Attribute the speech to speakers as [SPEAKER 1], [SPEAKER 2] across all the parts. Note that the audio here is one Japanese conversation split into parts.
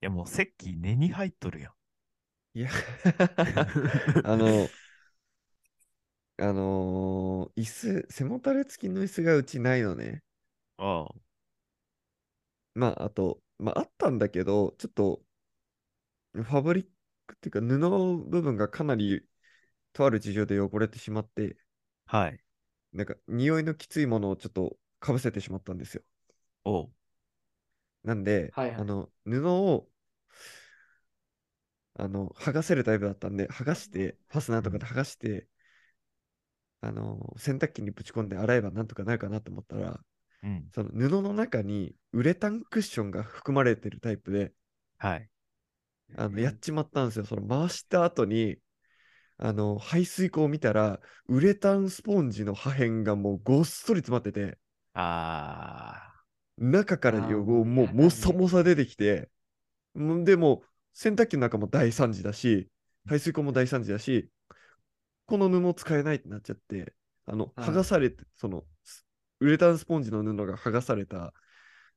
[SPEAKER 1] や、もう、石器根に入っとるやん。
[SPEAKER 2] いや、 あの、あのー椅子、背もたれ付きの椅子がうちないのね。
[SPEAKER 1] あ
[SPEAKER 2] まあ、あと、まあ、あったんだけど、ちょっと、ファブリックっていうか、布の部分がかなり、とある事情で汚れてしまって、
[SPEAKER 1] あ、はい。
[SPEAKER 2] なんか、匂いのきついものをちょっとかぶせてしまったんですよ。
[SPEAKER 1] おう。
[SPEAKER 2] なんで、
[SPEAKER 3] はいはい
[SPEAKER 2] あの、布を、あの、剥がせるタイプだったんで、剥がして、ファスナーとかで剥がして、あの、洗濯機にぶち込んで洗えばなんとかなるかなと思ったら、
[SPEAKER 1] うん。
[SPEAKER 2] その布の中にウレタンクッションが含まれてるタイプで、
[SPEAKER 1] はい。
[SPEAKER 2] あのやっちまったんですよ。その回した後に、あの排水口を見たら、ウレタンスポンジの破片がもうごっそり詰まってて、
[SPEAKER 1] あ
[SPEAKER 2] 中から
[SPEAKER 3] あー
[SPEAKER 2] 汚もも
[SPEAKER 3] や
[SPEAKER 2] う
[SPEAKER 3] だね
[SPEAKER 2] もさもさ出てきて、んでも洗濯機の中も大惨事だし、排水口も大惨事だし、この布使えないってなっちゃって、あの
[SPEAKER 3] はい
[SPEAKER 2] 剥がされて、そのすウレタンスポンジの布が剥がされた、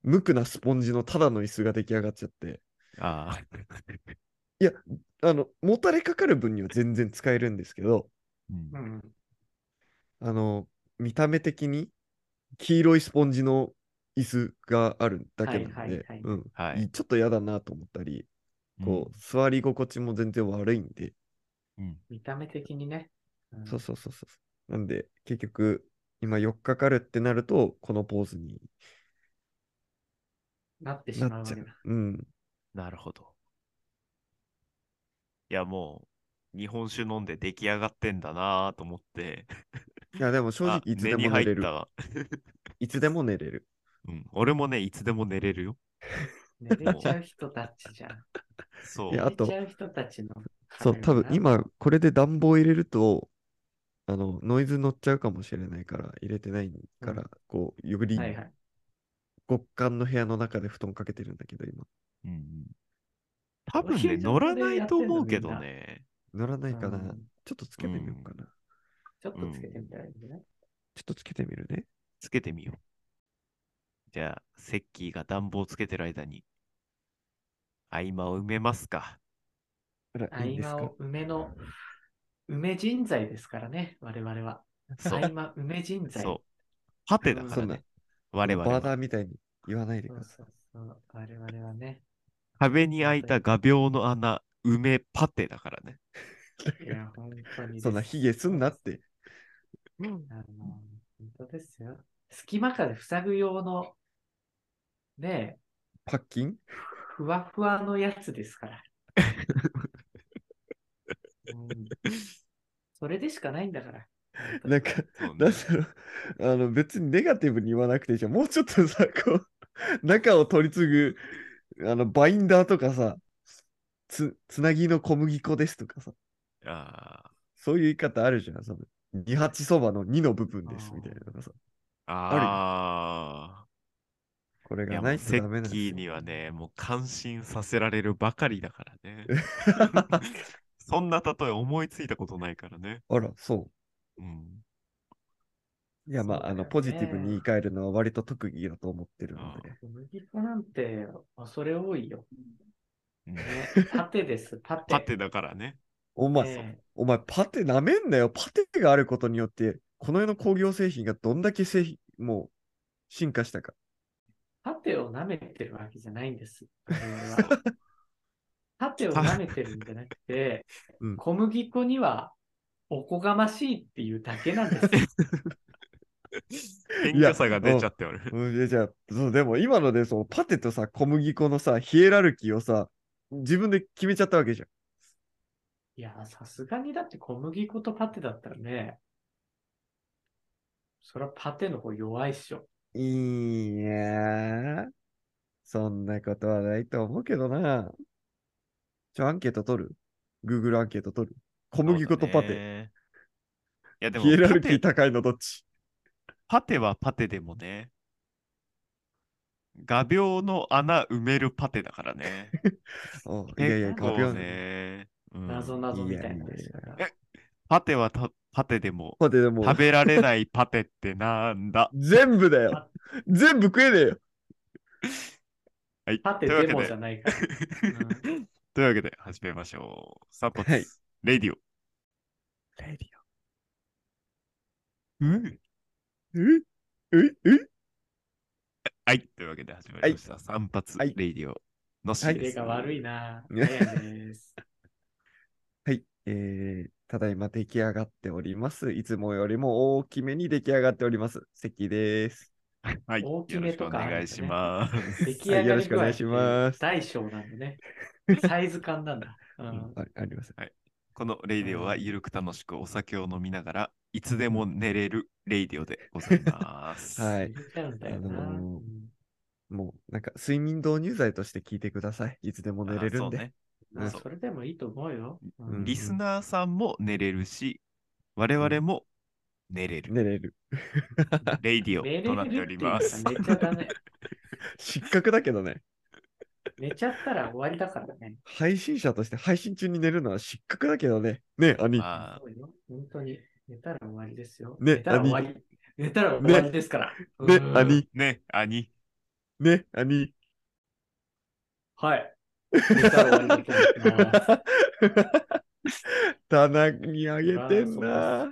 [SPEAKER 2] 無垢なスポンジのただの椅子が出来上がっちゃって、
[SPEAKER 1] あ。ああ。
[SPEAKER 2] いや、あの、もたれかかる分には全然使えるんですけど、
[SPEAKER 1] うん
[SPEAKER 3] う。ん。
[SPEAKER 2] あの、見た目的に黄色いスポンジの椅子があるだけな
[SPEAKER 3] は
[SPEAKER 2] の
[SPEAKER 3] いはい
[SPEAKER 2] で
[SPEAKER 3] はい、
[SPEAKER 2] うん
[SPEAKER 1] はい。
[SPEAKER 2] ちょっと嫌だなと思ったり、こう、座り心地も全然悪いんで、
[SPEAKER 1] うん。うん。
[SPEAKER 3] 見た目的にね。うん
[SPEAKER 2] そうそうそうそう。なんで、結局、今4日かかるってなると、このポーズに
[SPEAKER 3] なってし
[SPEAKER 2] な
[SPEAKER 3] まう
[SPEAKER 2] っ
[SPEAKER 3] わ
[SPEAKER 2] ち
[SPEAKER 3] け
[SPEAKER 2] ゃ
[SPEAKER 3] だ
[SPEAKER 2] う。。うん。
[SPEAKER 1] なるほど。いや、もう、日本酒飲んで出来上がってんだなぁと思って。
[SPEAKER 2] いや、でも正
[SPEAKER 1] あ
[SPEAKER 2] 直、いつで
[SPEAKER 1] 目に
[SPEAKER 2] も
[SPEAKER 1] 入
[SPEAKER 2] 寝
[SPEAKER 1] っ
[SPEAKER 2] れる。
[SPEAKER 1] た。
[SPEAKER 2] いつでも寝れる。
[SPEAKER 1] うん。俺もね、いつでも寝れるよ。
[SPEAKER 3] 寝れちゃう人たちじゃん。
[SPEAKER 1] そう。
[SPEAKER 2] い やあと
[SPEAKER 3] 寝れちゃう人たちの。
[SPEAKER 2] そう、多分。今、これで暖房入れると、あの、ノイズ乗っちゃうかもしれないから、入れてないから、
[SPEAKER 3] うん
[SPEAKER 2] こう、より
[SPEAKER 3] はいはい。
[SPEAKER 2] 極寒の部屋の中で布団かけてるんだけど、今。
[SPEAKER 1] うんうん多分
[SPEAKER 3] お
[SPEAKER 1] ね、
[SPEAKER 3] 昼ちゃん
[SPEAKER 1] 乗
[SPEAKER 3] と
[SPEAKER 1] らないと思うけど
[SPEAKER 3] やってんの
[SPEAKER 1] ね。
[SPEAKER 2] 乗らないかな。
[SPEAKER 3] うん
[SPEAKER 2] ちょっとつけてみようかな。
[SPEAKER 3] ちょっとつけてみたらいいんじゃない
[SPEAKER 2] ちょっとつけてみるね。
[SPEAKER 1] つけてみよう。じゃあ、セッキーが暖房つけてる間に、合間を埋めますか。
[SPEAKER 2] あら、いいんで
[SPEAKER 3] 合
[SPEAKER 2] す
[SPEAKER 3] 間
[SPEAKER 2] か
[SPEAKER 3] を梅の、梅人材ですからね、我々は。
[SPEAKER 1] そ
[SPEAKER 3] 合
[SPEAKER 1] う。
[SPEAKER 3] 間梅人材。
[SPEAKER 1] そう。ハテだか
[SPEAKER 2] そ
[SPEAKER 1] ら
[SPEAKER 2] んな
[SPEAKER 1] ね。我々
[SPEAKER 2] バー
[SPEAKER 1] は。
[SPEAKER 2] ダーみたいに言わないで
[SPEAKER 3] そ
[SPEAKER 2] く
[SPEAKER 3] う
[SPEAKER 2] ださい。
[SPEAKER 3] そうそう。我々はね。
[SPEAKER 1] 壁に開いた画鋲の穴、埋めパテだからね。
[SPEAKER 3] いや、本当にです。
[SPEAKER 2] そんなヒゲすんなって。
[SPEAKER 3] あの。本当ですよ。隙間から塞ぐ用の、ねえ、
[SPEAKER 2] パッキン
[SPEAKER 3] ふわふわのやつです から。うん、それでしかないんだから。
[SPEAKER 2] なんか、
[SPEAKER 1] そうね
[SPEAKER 2] なんだろう、あの、別にネガティブに言わなくていいじゃん。もうちょっとさ、こう、 中を取り継ぐ、あの、バインダーとかさ、つ、つなぎの小麦粉ですとかさ、
[SPEAKER 1] あー
[SPEAKER 2] そういう言い方あるじゃん。その、二八そばの2の部分ですみたいなのがさ、
[SPEAKER 1] あ
[SPEAKER 2] これ
[SPEAKER 1] ー。いや
[SPEAKER 2] が
[SPEAKER 1] も
[SPEAKER 2] な
[SPEAKER 1] う
[SPEAKER 2] いと
[SPEAKER 1] セ
[SPEAKER 2] ダメなん
[SPEAKER 1] ッ
[SPEAKER 2] です
[SPEAKER 1] キー
[SPEAKER 2] よ。
[SPEAKER 1] にはね、もう感心させられるばかりだからね。 そんな例え思いついたことないからね。
[SPEAKER 2] あら、そ
[SPEAKER 1] うん。
[SPEAKER 2] う。いや、ま
[SPEAKER 3] そう
[SPEAKER 2] あ、
[SPEAKER 3] だ
[SPEAKER 2] あ
[SPEAKER 3] よね
[SPEAKER 2] の、ポジティブに言い換えるのは割と特技だと思ってるので。
[SPEAKER 3] 小麦粉なんて恐れ多いよ。
[SPEAKER 1] うん
[SPEAKER 3] ね、パテです、 パテ。
[SPEAKER 1] パテだからね。
[SPEAKER 2] お前、
[SPEAKER 3] ね
[SPEAKER 2] お前、パテなめんなよ。パテがあることによって、この世の工業製品がどんだけ製品、もう、進化したか。
[SPEAKER 3] パテを舐めてるわけじゃないん です。我々はパテを舐めてるんじゃなくて、
[SPEAKER 2] うん
[SPEAKER 3] 小麦粉にはおこがましいっていうだけなんです。
[SPEAKER 1] 謙虚さが出ちゃっておる。
[SPEAKER 2] うん、えじゃあ、そう、でも今ので、そのパテとさ、小麦粉のさ、ヒエラルキーをさ、自分で決めちゃったわけじゃん。
[SPEAKER 3] いや、さすがにだって小麦粉とパテだったらね、そりゃパテの方弱いっしょ。
[SPEAKER 2] いやー、そんなことはないと思うけどな。ちょ、アンケート取る ?Google アンケート取る小麦粉とパテ、
[SPEAKER 1] テ。いやでも
[SPEAKER 2] ヒエラルキ
[SPEAKER 1] パ
[SPEAKER 2] ー
[SPEAKER 1] テ
[SPEAKER 2] 高いのどっち
[SPEAKER 1] パテはパテでもね。画鋲の穴埋めるパテだから ね。
[SPEAKER 2] おういやいや、
[SPEAKER 1] 結
[SPEAKER 2] 画
[SPEAKER 1] 構
[SPEAKER 2] 鋲
[SPEAKER 1] ね。うん
[SPEAKER 3] 謎謎みたいなやつだから。
[SPEAKER 1] いやいやいパテはたパテでも
[SPEAKER 2] パテでもう
[SPEAKER 1] 食べられないパテってなんだ
[SPEAKER 2] 全部だよ
[SPEAKER 3] あ
[SPEAKER 2] 全部食えねえよ
[SPEAKER 1] はい。
[SPEAKER 3] 縦
[SPEAKER 1] というわ
[SPEAKER 3] で
[SPEAKER 1] け
[SPEAKER 3] も
[SPEAKER 1] で
[SPEAKER 3] じゃないから。うん
[SPEAKER 1] というわけで始めましょう。散髪、
[SPEAKER 2] はい
[SPEAKER 1] レディオ。レディオ。うん。
[SPEAKER 2] えええ
[SPEAKER 1] はい。というわけで始まりました。散髪、
[SPEAKER 2] はい
[SPEAKER 1] レディオのし
[SPEAKER 2] はい
[SPEAKER 1] で
[SPEAKER 3] 腕
[SPEAKER 1] す。
[SPEAKER 3] が悪いな。嫌です。
[SPEAKER 2] はい。えー、ただいま出来上がっております。いつもよりも大きめに出来上がっております。関で す。
[SPEAKER 1] はい。
[SPEAKER 3] 大きめと
[SPEAKER 1] よ
[SPEAKER 3] かあるん
[SPEAKER 1] ろ
[SPEAKER 3] で
[SPEAKER 1] し
[SPEAKER 3] す
[SPEAKER 1] くお願いし
[SPEAKER 3] ね
[SPEAKER 1] ます。
[SPEAKER 3] 出来上が
[SPEAKER 2] は
[SPEAKER 3] り具合
[SPEAKER 2] いよろしくお願いします
[SPEAKER 3] 大小なんでね。サイズ感なんだ。うん
[SPEAKER 2] ああります。
[SPEAKER 1] このレイディオはゆるく楽しくお酒を飲みながらいつでも寝れるレイディオでございます。
[SPEAKER 2] は
[SPEAKER 3] 入
[SPEAKER 2] い。
[SPEAKER 3] れちゃうんだよな
[SPEAKER 2] あのー
[SPEAKER 3] うん
[SPEAKER 2] もう、なんか、睡眠導入剤として聞いてください。いつでも寝れるんで。
[SPEAKER 1] あそうね
[SPEAKER 3] ま
[SPEAKER 1] う
[SPEAKER 3] あ
[SPEAKER 1] ん
[SPEAKER 3] それでもいいと思うよ。うん
[SPEAKER 2] うん
[SPEAKER 1] リスナーさんも寝れるし、我々も寝れる。
[SPEAKER 2] 寝れる。
[SPEAKER 1] レイディ
[SPEAKER 3] 命令
[SPEAKER 1] オとなっております。
[SPEAKER 3] 出るっていうか寝ちゃダメ。
[SPEAKER 2] 失格だけどね。
[SPEAKER 3] 寝ちゃったら終わりだからね。
[SPEAKER 2] 配信者として配信中に寝るのは失格だけどね。ね、兄。
[SPEAKER 1] あ
[SPEAKER 3] そうよ本当に。寝たら終わりですよ。
[SPEAKER 2] ね
[SPEAKER 3] 寝たら終わり。寝たら終わりですから。
[SPEAKER 2] ね
[SPEAKER 3] う、ん
[SPEAKER 2] 兄。
[SPEAKER 1] ーね、兄。
[SPEAKER 2] ね、兄。
[SPEAKER 3] はい。寝たら終わり だと思います。
[SPEAKER 2] 棚にあげてんな。
[SPEAKER 3] あ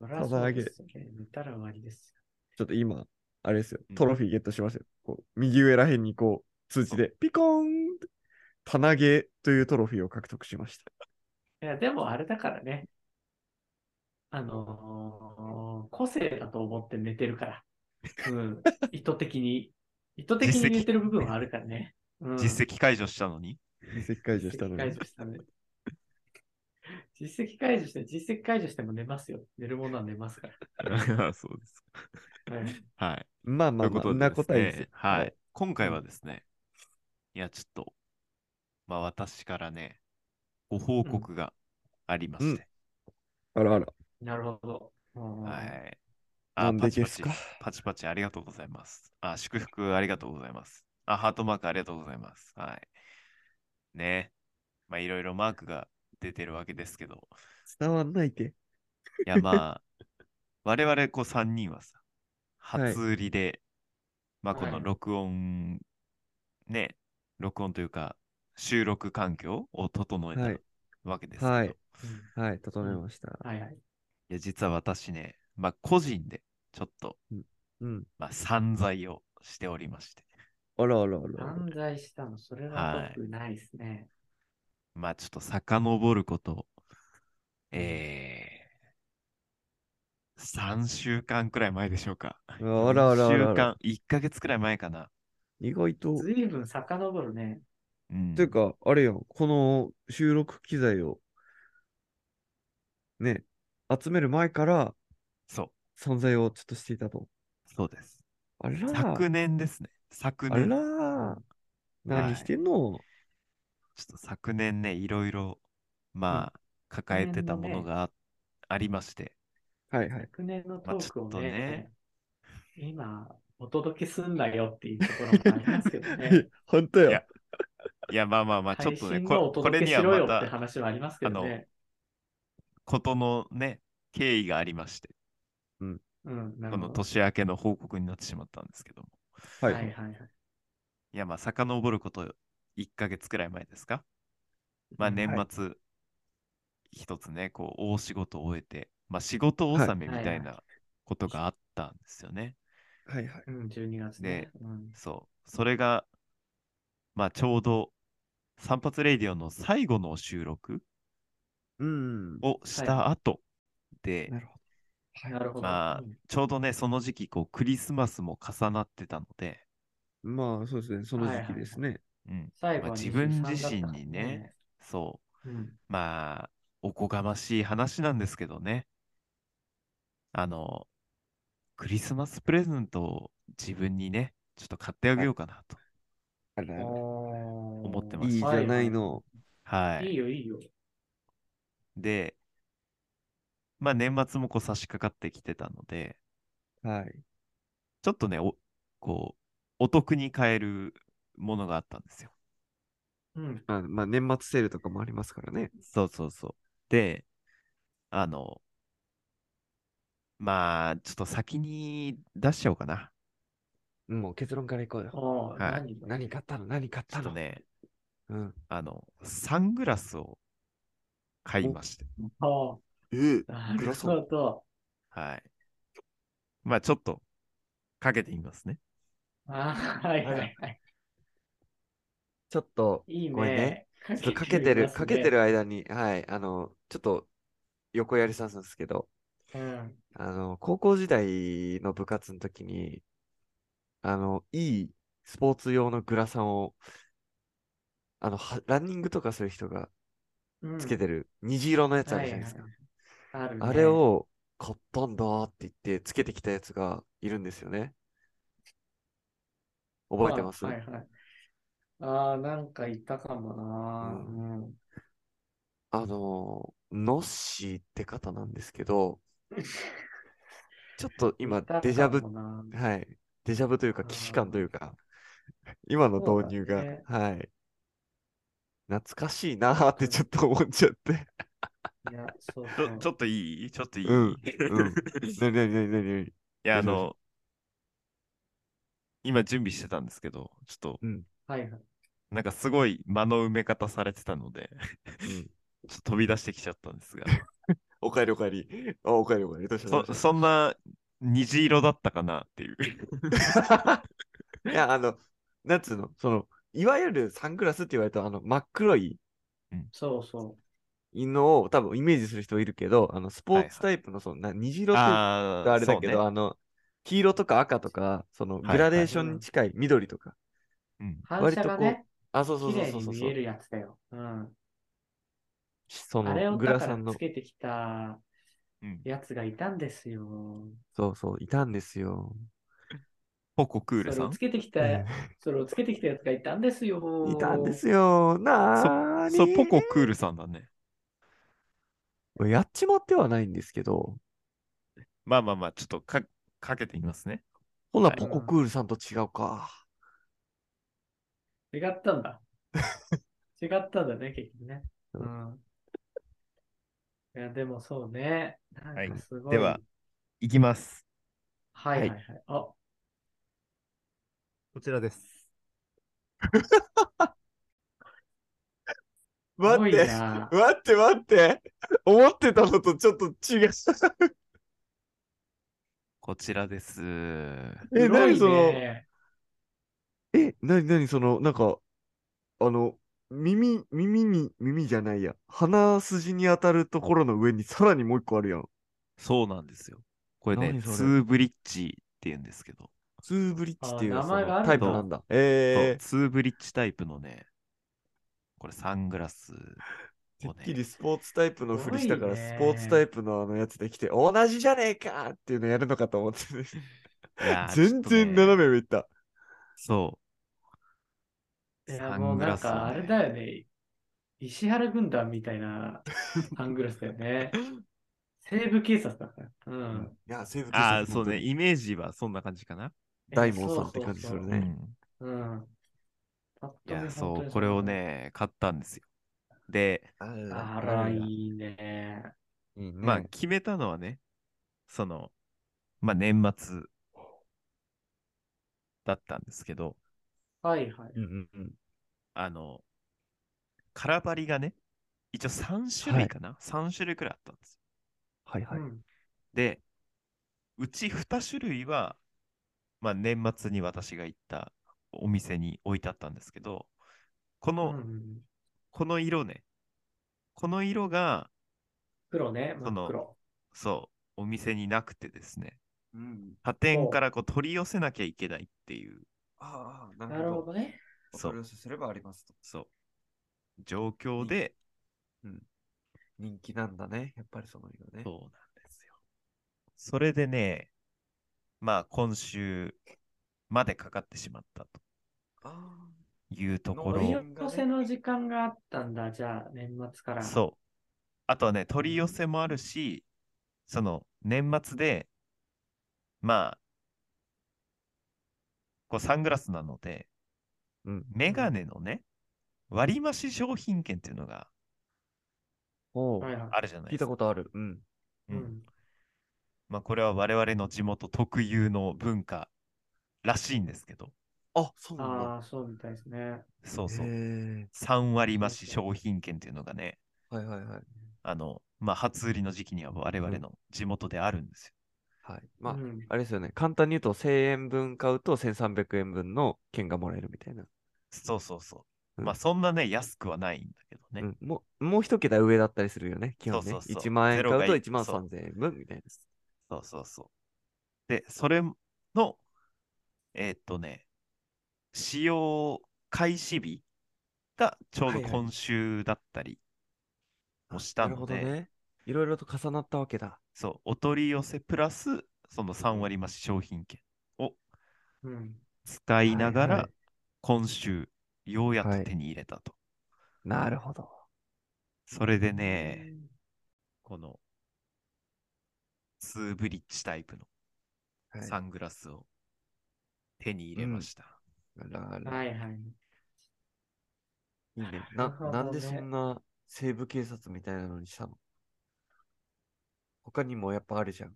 [SPEAKER 3] そりゃそうですよね寝たら終わりです
[SPEAKER 2] ちょっと今、あれですよ
[SPEAKER 1] うん。
[SPEAKER 2] トロフィーゲットしますよ。こう右上らへんにこう、通知でピコーン棚毛というトロフィーを獲得しました。
[SPEAKER 3] よ。いや、でもあれだからね。あのー個性だと思って寝てるから。 うん。意図的に、意図的に寝てる部分はあるからね。うん、
[SPEAKER 1] 実績解除したの に。
[SPEAKER 2] 実績解除したの
[SPEAKER 3] 実
[SPEAKER 2] に。
[SPEAKER 3] 績解除したのに。実績解除して、実績解除しても寝ますよ。寝るものは寝ますか
[SPEAKER 1] そうです。
[SPEAKER 3] ら。はい
[SPEAKER 1] はい。
[SPEAKER 2] まあまあま
[SPEAKER 1] と
[SPEAKER 2] あ、そ
[SPEAKER 1] い
[SPEAKER 2] ん
[SPEAKER 1] うこ
[SPEAKER 2] な
[SPEAKER 1] と
[SPEAKER 2] 答
[SPEAKER 1] で
[SPEAKER 2] え
[SPEAKER 1] で
[SPEAKER 2] ですす
[SPEAKER 1] ね
[SPEAKER 2] よ。
[SPEAKER 1] は
[SPEAKER 2] はいい。
[SPEAKER 1] 今回はですね、いや、ちょっと、まあ私からね、ご報告がありまして。
[SPEAKER 2] うんあらあら。
[SPEAKER 3] なるほど。うん
[SPEAKER 1] はい。
[SPEAKER 2] な
[SPEAKER 1] あ、
[SPEAKER 2] ん
[SPEAKER 1] パ
[SPEAKER 2] で
[SPEAKER 1] チ
[SPEAKER 2] で
[SPEAKER 1] パ
[SPEAKER 2] す
[SPEAKER 1] チ
[SPEAKER 2] か。
[SPEAKER 1] パチパチありがとうございます。あ、祝福ありがとうございます。あ、ハートマークありがとうございます。はい。ね。まあ、いろいろマークが出てるわけですけど、
[SPEAKER 2] 伝わんないて。
[SPEAKER 1] いや、まあ、 我々こう3人はさ、
[SPEAKER 2] はい
[SPEAKER 1] 初売りで、まあ、こ
[SPEAKER 3] は
[SPEAKER 1] の
[SPEAKER 3] い
[SPEAKER 1] 録音、ね、録音というか、収録環境を整
[SPEAKER 2] は
[SPEAKER 1] え
[SPEAKER 2] い
[SPEAKER 1] たわけですけど、、
[SPEAKER 2] はいい
[SPEAKER 1] い
[SPEAKER 3] うん
[SPEAKER 2] はい、整えました。
[SPEAKER 3] はいはい。
[SPEAKER 1] や、実は私ね、まあ、個人で、ちょっと、
[SPEAKER 2] うん。
[SPEAKER 1] まあ、散財をしておりまして、
[SPEAKER 2] あらあらあらあら。
[SPEAKER 3] 犯罪したの、それは良くないですね。
[SPEAKER 1] まあちょっと遡ること、えー、3週間くらい前でしょうか。
[SPEAKER 2] あらあらあらあ
[SPEAKER 1] 1週
[SPEAKER 2] ら。
[SPEAKER 1] 間、1ヶ月くらい前かな。
[SPEAKER 2] 意外と。
[SPEAKER 3] ずいぶん遡るね。
[SPEAKER 1] うん
[SPEAKER 2] というか、あれやん、この収録機材を、ね、集める前から
[SPEAKER 1] そう、
[SPEAKER 2] 存在をちょっとしていたと。
[SPEAKER 1] そうです。
[SPEAKER 2] あら
[SPEAKER 1] 昨
[SPEAKER 2] ー、
[SPEAKER 1] 年ですね。昨
[SPEAKER 2] あら
[SPEAKER 1] 年。ちょ
[SPEAKER 2] ー、何してんの、
[SPEAKER 1] っと昨年ね、いろいろ、まあ、抱えてたものがあありまして、
[SPEAKER 2] はいはい。
[SPEAKER 3] 昨年のトークを
[SPEAKER 1] まあちょっとね
[SPEAKER 3] ね、今、お届けすんだよっていうところもありますけどね。
[SPEAKER 2] 本当
[SPEAKER 1] い
[SPEAKER 2] よ
[SPEAKER 1] や。いや、まあまあ まあ、ちょっとね、
[SPEAKER 3] 配信をお
[SPEAKER 1] ここれ
[SPEAKER 3] 届け
[SPEAKER 1] に
[SPEAKER 3] し
[SPEAKER 1] は
[SPEAKER 3] ろよ
[SPEAKER 1] ま
[SPEAKER 3] って
[SPEAKER 1] た、
[SPEAKER 3] 話もありますけどね。
[SPEAKER 1] ことのね、経緯がありまして、
[SPEAKER 3] うん、
[SPEAKER 1] こ
[SPEAKER 3] なる
[SPEAKER 1] の
[SPEAKER 3] ほど。
[SPEAKER 1] 年明けの報告になってしまったんですけども。
[SPEAKER 2] は
[SPEAKER 3] はい
[SPEAKER 2] い、
[SPEAKER 3] はいはい。
[SPEAKER 1] いや、まあ、遡ること1ヶ月くらい前ですか。まあ、
[SPEAKER 3] うん
[SPEAKER 1] 年末、一つね、こう、大仕事を終えて、まあ、仕事納めみたい
[SPEAKER 3] はいは
[SPEAKER 1] なことがあったんですよね。
[SPEAKER 2] はいはい。
[SPEAKER 3] うん、12月ね。うん
[SPEAKER 1] そう。それが、まあ、ちょうど、散髪レイディオの最後の収録
[SPEAKER 2] うん。
[SPEAKER 1] をした後で、
[SPEAKER 2] なるほ
[SPEAKER 3] なるほど。
[SPEAKER 1] まあ
[SPEAKER 3] うん
[SPEAKER 1] ちょうどね、その時期、こう、クリスマスも重なってたので、
[SPEAKER 2] ど。まあ、そうですね。その時期ですね。
[SPEAKER 1] うん、
[SPEAKER 3] 最後
[SPEAKER 1] まあ
[SPEAKER 3] は
[SPEAKER 1] 自分
[SPEAKER 3] 23
[SPEAKER 1] 自身
[SPEAKER 3] だったんで
[SPEAKER 1] にね、そう、
[SPEAKER 3] うん
[SPEAKER 1] まあ、おこがましい話なんですけどね。あの、クリスマスプレゼントを自分にね、ちょっと買ってあげようかなと。
[SPEAKER 2] あらあら
[SPEAKER 1] 思ってま
[SPEAKER 2] いい
[SPEAKER 1] す
[SPEAKER 2] じゃない。の。
[SPEAKER 1] は
[SPEAKER 3] はい
[SPEAKER 1] い。
[SPEAKER 3] いいよ、いいよ。
[SPEAKER 1] で、まあ年末もこう差し掛かってきてたので、
[SPEAKER 2] はい。
[SPEAKER 1] ちょっとね、おこう、お得に買えるものがあったんですよ。
[SPEAKER 3] うん。
[SPEAKER 2] まあ、まあ、年末セールとかもありますからね。
[SPEAKER 1] そうそうそう。で、あの、まあ、ちょっと先に出しちゃおうかな。
[SPEAKER 4] うんもう結論からいこうよ。
[SPEAKER 3] おう
[SPEAKER 1] はい
[SPEAKER 3] 何
[SPEAKER 4] 何買ったの何買っ
[SPEAKER 1] ちょ
[SPEAKER 4] た
[SPEAKER 1] っと
[SPEAKER 4] の、
[SPEAKER 1] ね、
[SPEAKER 4] うん。
[SPEAKER 1] あの、サングラスを買いまして。
[SPEAKER 3] おう
[SPEAKER 2] え
[SPEAKER 3] な
[SPEAKER 2] グ
[SPEAKER 3] る
[SPEAKER 2] ラソン
[SPEAKER 3] ほど。
[SPEAKER 1] はい。まあちょっと、かけてみますね。
[SPEAKER 3] あーはいはいはい。
[SPEAKER 4] ちょっと、
[SPEAKER 3] いいね。
[SPEAKER 2] これね
[SPEAKER 3] か
[SPEAKER 2] ちょっとかけてる、
[SPEAKER 3] ますね
[SPEAKER 2] かけて。る間に、はい、あの、ちょっと横やりさんですけど、
[SPEAKER 3] うん。
[SPEAKER 2] あの、高校時代の部活の時に、あの、いいスポーツ用のグラサンを、あの、はランニングとかする人が
[SPEAKER 3] うん
[SPEAKER 2] つけてる虹色のやつあるじゃないですか。
[SPEAKER 3] あるね
[SPEAKER 2] あれ。を買ったんだーって言ってつけてきたやつがいるんですよね。覚えてます
[SPEAKER 3] あはいはい。ああ、なんかいたかもな。
[SPEAKER 2] う
[SPEAKER 3] うん。
[SPEAKER 2] あのー、ノッシーって方なんですけ ど、ちょっと今、
[SPEAKER 3] いた
[SPEAKER 2] デジャ
[SPEAKER 3] か
[SPEAKER 2] ブ、
[SPEAKER 3] もな
[SPEAKER 2] はい、デジャブというか、
[SPEAKER 3] うん
[SPEAKER 2] 既視感というか、今の
[SPEAKER 3] そうだ
[SPEAKER 2] 導入が、
[SPEAKER 3] ね
[SPEAKER 2] はい、懐かしいなーってちょっと思っちゃって。
[SPEAKER 3] いや、そう
[SPEAKER 1] ち
[SPEAKER 3] そう
[SPEAKER 1] ょ、ちょっといいちょっといい、
[SPEAKER 2] うん
[SPEAKER 1] い
[SPEAKER 2] うん。なになになになになに
[SPEAKER 1] や、 あの、今準備してたんですけど、ちょっと、
[SPEAKER 3] はいはい。
[SPEAKER 1] なんかすごい間の埋め方されてたので、
[SPEAKER 2] ん
[SPEAKER 1] ちょっと飛び出してきちゃったんですが、
[SPEAKER 2] おかえりおかえり。あ、おかえりおかえり。どうしたどう
[SPEAKER 1] そ
[SPEAKER 2] した
[SPEAKER 1] そんな虹色だったかなっていう。
[SPEAKER 2] いや、あの、なんつうの、その、いわゆるサングラスって言われると、あの、真っ黒い
[SPEAKER 3] そうそ
[SPEAKER 2] のを多分イメージする人いるけど、あの、スポーツタイプの、その、な虹色っていう
[SPEAKER 1] あ
[SPEAKER 2] とあれだけど、
[SPEAKER 1] そうね
[SPEAKER 2] あの、黄色とか赤とか、その、
[SPEAKER 1] いはい
[SPEAKER 2] グラデーションに近い緑とか。
[SPEAKER 1] うん
[SPEAKER 3] う。反射がね、
[SPEAKER 2] あ、そうそう
[SPEAKER 3] 綺
[SPEAKER 2] そう
[SPEAKER 3] 麗
[SPEAKER 2] そう
[SPEAKER 3] に
[SPEAKER 2] そう
[SPEAKER 3] 見
[SPEAKER 2] そ
[SPEAKER 3] え
[SPEAKER 2] う。
[SPEAKER 3] るやつだよ。うん。
[SPEAKER 2] そ
[SPEAKER 3] あれ
[SPEAKER 2] の、
[SPEAKER 3] を
[SPEAKER 2] グ
[SPEAKER 3] だ
[SPEAKER 2] ラ
[SPEAKER 3] か
[SPEAKER 2] さ
[SPEAKER 3] ら
[SPEAKER 2] んの
[SPEAKER 3] つ、けてきた
[SPEAKER 1] うん。
[SPEAKER 3] やつがいたんですよ。
[SPEAKER 2] そうそう、いたんですよ。
[SPEAKER 1] ポコクー
[SPEAKER 3] そ
[SPEAKER 1] ル
[SPEAKER 3] れ
[SPEAKER 1] さ
[SPEAKER 3] を
[SPEAKER 1] ん
[SPEAKER 3] つけてきた、それをつけてきたやつがいたんです よ。
[SPEAKER 2] いたんですよ。なーにー
[SPEAKER 1] そう、ポコクールさんだね。
[SPEAKER 2] やっちまってはないんですけど、
[SPEAKER 1] まあまあまあ、ちょっとかかけてみますね。
[SPEAKER 2] ほな、
[SPEAKER 1] はい
[SPEAKER 2] ポコクールさんと違うか。
[SPEAKER 3] 違ったんだ。違ったんだね、結局ね。うん。いや、でもそうね。なんかすごい。
[SPEAKER 1] では、いきます。
[SPEAKER 3] はいはいはい。あ、
[SPEAKER 1] こちらです。
[SPEAKER 3] す
[SPEAKER 2] 待
[SPEAKER 3] ご
[SPEAKER 2] っ
[SPEAKER 3] い
[SPEAKER 2] て。
[SPEAKER 3] な。
[SPEAKER 2] 待って待って。思ってたのとちょっと違う。
[SPEAKER 1] こちらです。
[SPEAKER 2] え、
[SPEAKER 3] 黒い
[SPEAKER 2] 何その、
[SPEAKER 3] ね。
[SPEAKER 2] え、何何その、なんか、あの、耳、耳に、耳じゃないや。鼻筋に当たるところの上にさらにもう一個あるやん。
[SPEAKER 1] そうなんですよ。これね、
[SPEAKER 2] 何それ
[SPEAKER 1] ツーブリッジって言うんですけど、
[SPEAKER 2] ツーブリッジっていう
[SPEAKER 3] あ名前
[SPEAKER 2] そ
[SPEAKER 3] が
[SPEAKER 2] の
[SPEAKER 3] あるんだ
[SPEAKER 2] タイプなんだ。
[SPEAKER 1] そう
[SPEAKER 2] え
[SPEAKER 1] ツーブリッジタイプのね、これサングラス
[SPEAKER 2] ー、
[SPEAKER 1] を
[SPEAKER 2] てっき
[SPEAKER 1] ね
[SPEAKER 2] り、スポーツタイプのふりしたから、
[SPEAKER 3] すごい
[SPEAKER 2] ス
[SPEAKER 3] ね
[SPEAKER 2] ポーツタイプのあのやつできて、同じじゃねえかっていうのやるのかと思って て。
[SPEAKER 1] いやー
[SPEAKER 2] 全然斜め上行った。
[SPEAKER 1] そう。
[SPEAKER 3] い
[SPEAKER 1] サ
[SPEAKER 3] や、
[SPEAKER 1] ン
[SPEAKER 3] もう
[SPEAKER 1] グ
[SPEAKER 3] な
[SPEAKER 1] ラ
[SPEAKER 3] ん
[SPEAKER 1] スをね
[SPEAKER 3] かあれだよね。石原軍団みたいなサングラスだよね。西部警察だから。うん。
[SPEAKER 2] いや、セーブ
[SPEAKER 1] ああ、そうね。。イメージはそんな感じかな。
[SPEAKER 2] 大門さんって感じする
[SPEAKER 1] う
[SPEAKER 2] ね。
[SPEAKER 1] ん。
[SPEAKER 3] うん。
[SPEAKER 1] いや、
[SPEAKER 3] 本
[SPEAKER 1] そ
[SPEAKER 3] 当
[SPEAKER 1] う、
[SPEAKER 3] に
[SPEAKER 1] これを。ね、買ったんですよ。で、
[SPEAKER 3] あ
[SPEAKER 2] あ
[SPEAKER 3] ら、いいね。
[SPEAKER 2] いいね
[SPEAKER 1] まあ、決めたのはね、その、まあ、年末だったんですけど、
[SPEAKER 3] はいはい。
[SPEAKER 2] うんうんうん。
[SPEAKER 1] あの、空張りがね、一応3種類かな、三 ?3 種類くらいあったんですよ。
[SPEAKER 2] はいはい。
[SPEAKER 3] うん
[SPEAKER 1] で、うち2種類は、まあ、年末に私が行ったお店に置いてあったんですけど、こ
[SPEAKER 3] う
[SPEAKER 1] の、
[SPEAKER 3] ん
[SPEAKER 1] この色ね、この色が、
[SPEAKER 3] 黒ね、
[SPEAKER 1] そ
[SPEAKER 3] 真
[SPEAKER 1] の
[SPEAKER 3] っ黒。
[SPEAKER 1] そう、お店になくてですね、
[SPEAKER 2] うん、
[SPEAKER 1] 他店からこう取り寄せなきゃいけないっていう、
[SPEAKER 2] ああ、
[SPEAKER 3] なるほ。どね。
[SPEAKER 1] そ
[SPEAKER 2] お取り
[SPEAKER 1] う、
[SPEAKER 2] 寄せすればありますと。
[SPEAKER 1] そう、状況で、
[SPEAKER 2] 人気なんだね。やっぱりその色ね。
[SPEAKER 1] そうなんですよ。それでね、まあ今週までかかってしまったと
[SPEAKER 2] あ
[SPEAKER 1] いうとこ
[SPEAKER 2] こ
[SPEAKER 3] 取
[SPEAKER 2] れ
[SPEAKER 3] り
[SPEAKER 2] を
[SPEAKER 1] ろ
[SPEAKER 2] の、
[SPEAKER 3] 寄せの時間があったんだ、じゃあ、年末から。
[SPEAKER 1] そう。あとはね、取り寄せもあるし、その年末で、まあ、こうサングラスなので、
[SPEAKER 2] あ。うん。
[SPEAKER 1] メガネのね、割増商品券っていうのが
[SPEAKER 2] おう
[SPEAKER 3] はいはい。
[SPEAKER 1] あるじゃない
[SPEAKER 2] 聞
[SPEAKER 1] で
[SPEAKER 2] い
[SPEAKER 1] す
[SPEAKER 2] た
[SPEAKER 1] か。
[SPEAKER 2] ことある。うん。
[SPEAKER 3] うん
[SPEAKER 1] まあ、これは我々の地元特有の文化らしいんですけど、
[SPEAKER 2] あ、そうなんだ。
[SPEAKER 3] ああ、そうみたいですね。
[SPEAKER 1] そうそう
[SPEAKER 2] へ。え。
[SPEAKER 1] 3割増し商品券っていうのがね、
[SPEAKER 2] はいはいはい。
[SPEAKER 1] あの、まあ、初売りの時期には我々の地元であるんですよ。
[SPEAKER 2] はい。まあ
[SPEAKER 3] う、ん
[SPEAKER 2] あれですよね。簡単に言うと、1000円分買うと1300円分の券がもらえるみたいな。
[SPEAKER 1] そうそうそう。
[SPEAKER 2] うん
[SPEAKER 1] まあ、そんなね、安くはないんだけどね。
[SPEAKER 2] うん、もう、もう一桁上だったりするよね。基本ね。
[SPEAKER 1] そうそうそう
[SPEAKER 2] 1万円買うと1
[SPEAKER 1] ゼロが
[SPEAKER 2] 万
[SPEAKER 1] いそう
[SPEAKER 2] 3000円分みたいな。
[SPEAKER 1] そうそうそう。で、それの、えーっとね、使用開始日がちょうど
[SPEAKER 2] はいはい
[SPEAKER 1] 今週だったりもした
[SPEAKER 2] なる
[SPEAKER 1] の
[SPEAKER 2] ほ
[SPEAKER 1] で、
[SPEAKER 2] どね。いろいろと重なったわけだ。
[SPEAKER 1] そう、お取り寄せプラス、その3割増し商品券を
[SPEAKER 3] うん。
[SPEAKER 1] 使いなが
[SPEAKER 2] はいは
[SPEAKER 1] ら
[SPEAKER 2] い、
[SPEAKER 1] 今週、ようや
[SPEAKER 2] は
[SPEAKER 1] く
[SPEAKER 2] い
[SPEAKER 1] 手に入れたと。
[SPEAKER 2] なるほど。
[SPEAKER 1] それでね、この、ツーブリッジタイプの
[SPEAKER 2] はい
[SPEAKER 1] サングラスを手に入れました。
[SPEAKER 2] あらあら
[SPEAKER 3] はいはい。
[SPEAKER 2] いいね。な
[SPEAKER 3] なるほどね
[SPEAKER 2] なんでそんな西部警察みたいなのにしたの他にもやっぱあるじゃん。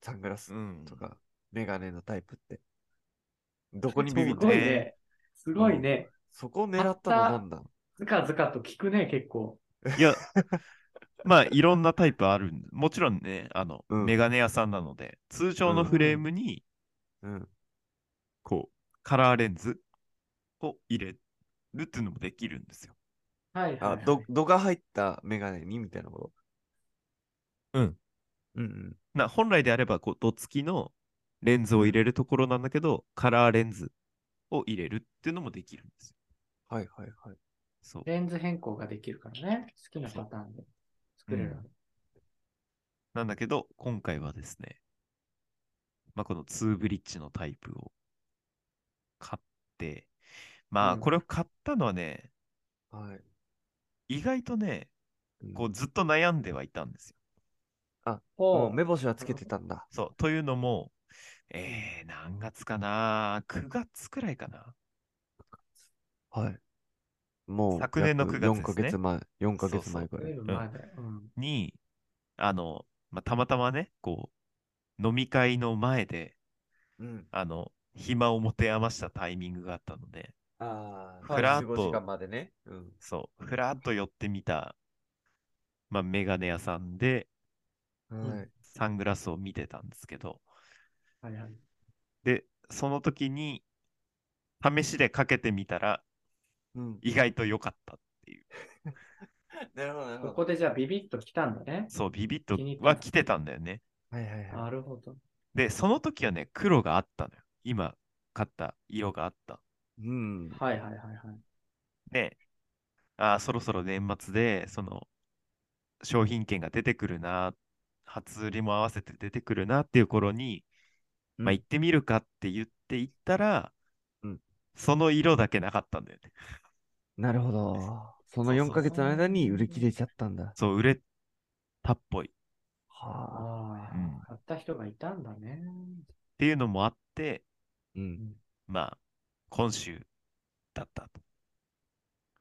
[SPEAKER 2] サングラス
[SPEAKER 1] うん
[SPEAKER 2] とか、メガネのタイプって。どこにビビ
[SPEAKER 1] そ
[SPEAKER 2] っ
[SPEAKER 1] う
[SPEAKER 2] て
[SPEAKER 3] す
[SPEAKER 1] だ
[SPEAKER 3] ごい
[SPEAKER 2] る
[SPEAKER 1] ね
[SPEAKER 3] ね。すごいね。
[SPEAKER 2] そこを狙ったの
[SPEAKER 3] あった
[SPEAKER 2] なんだ
[SPEAKER 3] ずかずかと聞くね、結構。
[SPEAKER 1] いや、まあ、いろんなタイプあるんで。もちろんね、あの、
[SPEAKER 2] うん
[SPEAKER 1] メガネ屋さんなので、通常のフレームに、
[SPEAKER 2] うん。
[SPEAKER 1] こう、カラーレンズを入れるっていうのもできるんですよ。
[SPEAKER 3] はいはい、は
[SPEAKER 2] あ、
[SPEAKER 3] い。
[SPEAKER 2] ど、度が入ったメガネにみたいなこと
[SPEAKER 1] うん。
[SPEAKER 2] うんうん。
[SPEAKER 1] な本来であればこう、ドツきのレンズを入れるところなんだけど、カラーレンズを入れるっていうのもできるんですよ。
[SPEAKER 2] はいはいはい。
[SPEAKER 1] そう。
[SPEAKER 3] レンズ変更ができるからね。好きなパターンで作れるので。
[SPEAKER 1] なんだけど、今回はですね、まあ、このツーブリッジのタイプを買って、ま
[SPEAKER 3] う
[SPEAKER 1] あ、
[SPEAKER 3] ん
[SPEAKER 1] これを買ったのはね、
[SPEAKER 2] はい。
[SPEAKER 1] 意外とね、
[SPEAKER 2] うん
[SPEAKER 1] こうずっと悩んではいたんですよ。
[SPEAKER 3] ほ
[SPEAKER 2] もう目星はつけてたんだ。
[SPEAKER 1] そう。というのも、えー、何月かな ?9 月くらいかな
[SPEAKER 2] はい。もう、
[SPEAKER 1] 昨年の
[SPEAKER 2] 約
[SPEAKER 1] 9月
[SPEAKER 2] 4
[SPEAKER 1] で
[SPEAKER 2] ヶ
[SPEAKER 1] すね
[SPEAKER 2] 月前、4ヶ
[SPEAKER 1] そう
[SPEAKER 2] 月
[SPEAKER 1] そう
[SPEAKER 2] 前ぐら
[SPEAKER 3] ずい
[SPEAKER 2] い。
[SPEAKER 3] ぶん前だよ。うん。
[SPEAKER 1] に、あの、まあ、たまたまね、こう、飲み会の前で、
[SPEAKER 2] うん。
[SPEAKER 1] あの、暇を持て余したタイミングがあったので、
[SPEAKER 2] あ
[SPEAKER 1] ふらっと
[SPEAKER 2] 時間までね。うん。
[SPEAKER 1] そう、ふらっと寄ってみた、まあ、メガネ屋さんで、
[SPEAKER 2] はい。
[SPEAKER 1] サングラスを見てたんですけど、
[SPEAKER 3] はいはい。
[SPEAKER 1] で、その時に、試しでかけてみたら、
[SPEAKER 2] うん。
[SPEAKER 1] 意外と良かった。
[SPEAKER 2] なるほど、なる
[SPEAKER 3] ここでじゃあビビッと来たんだね。
[SPEAKER 1] そう、ビビッと
[SPEAKER 3] 気に入った
[SPEAKER 1] は来てたんだよね。
[SPEAKER 2] はいはいはい。
[SPEAKER 3] なるほど。
[SPEAKER 1] で、その時はね、黒があったのよ。今、買った色があった。
[SPEAKER 2] うん。
[SPEAKER 3] はいはいはいはい。
[SPEAKER 1] で、あーそろそろ年末で、その、商品券が出てくるな、初売りも合わせて出てくるなっていう頃に、まあ、
[SPEAKER 2] うん
[SPEAKER 1] 行ってみるかって言って行ったら、
[SPEAKER 2] うん
[SPEAKER 1] その色だけなかったんだよね。
[SPEAKER 2] なるほど。その
[SPEAKER 1] そうそう
[SPEAKER 2] 4ヶ月の間に売り切れちゃったんだ。
[SPEAKER 1] そう、売れたっぽい。
[SPEAKER 2] はあ。
[SPEAKER 3] ああ、
[SPEAKER 1] うん
[SPEAKER 3] 買った人がいたんだね。
[SPEAKER 1] っていうのもあって、
[SPEAKER 2] うん。
[SPEAKER 1] まあ、今週だったと。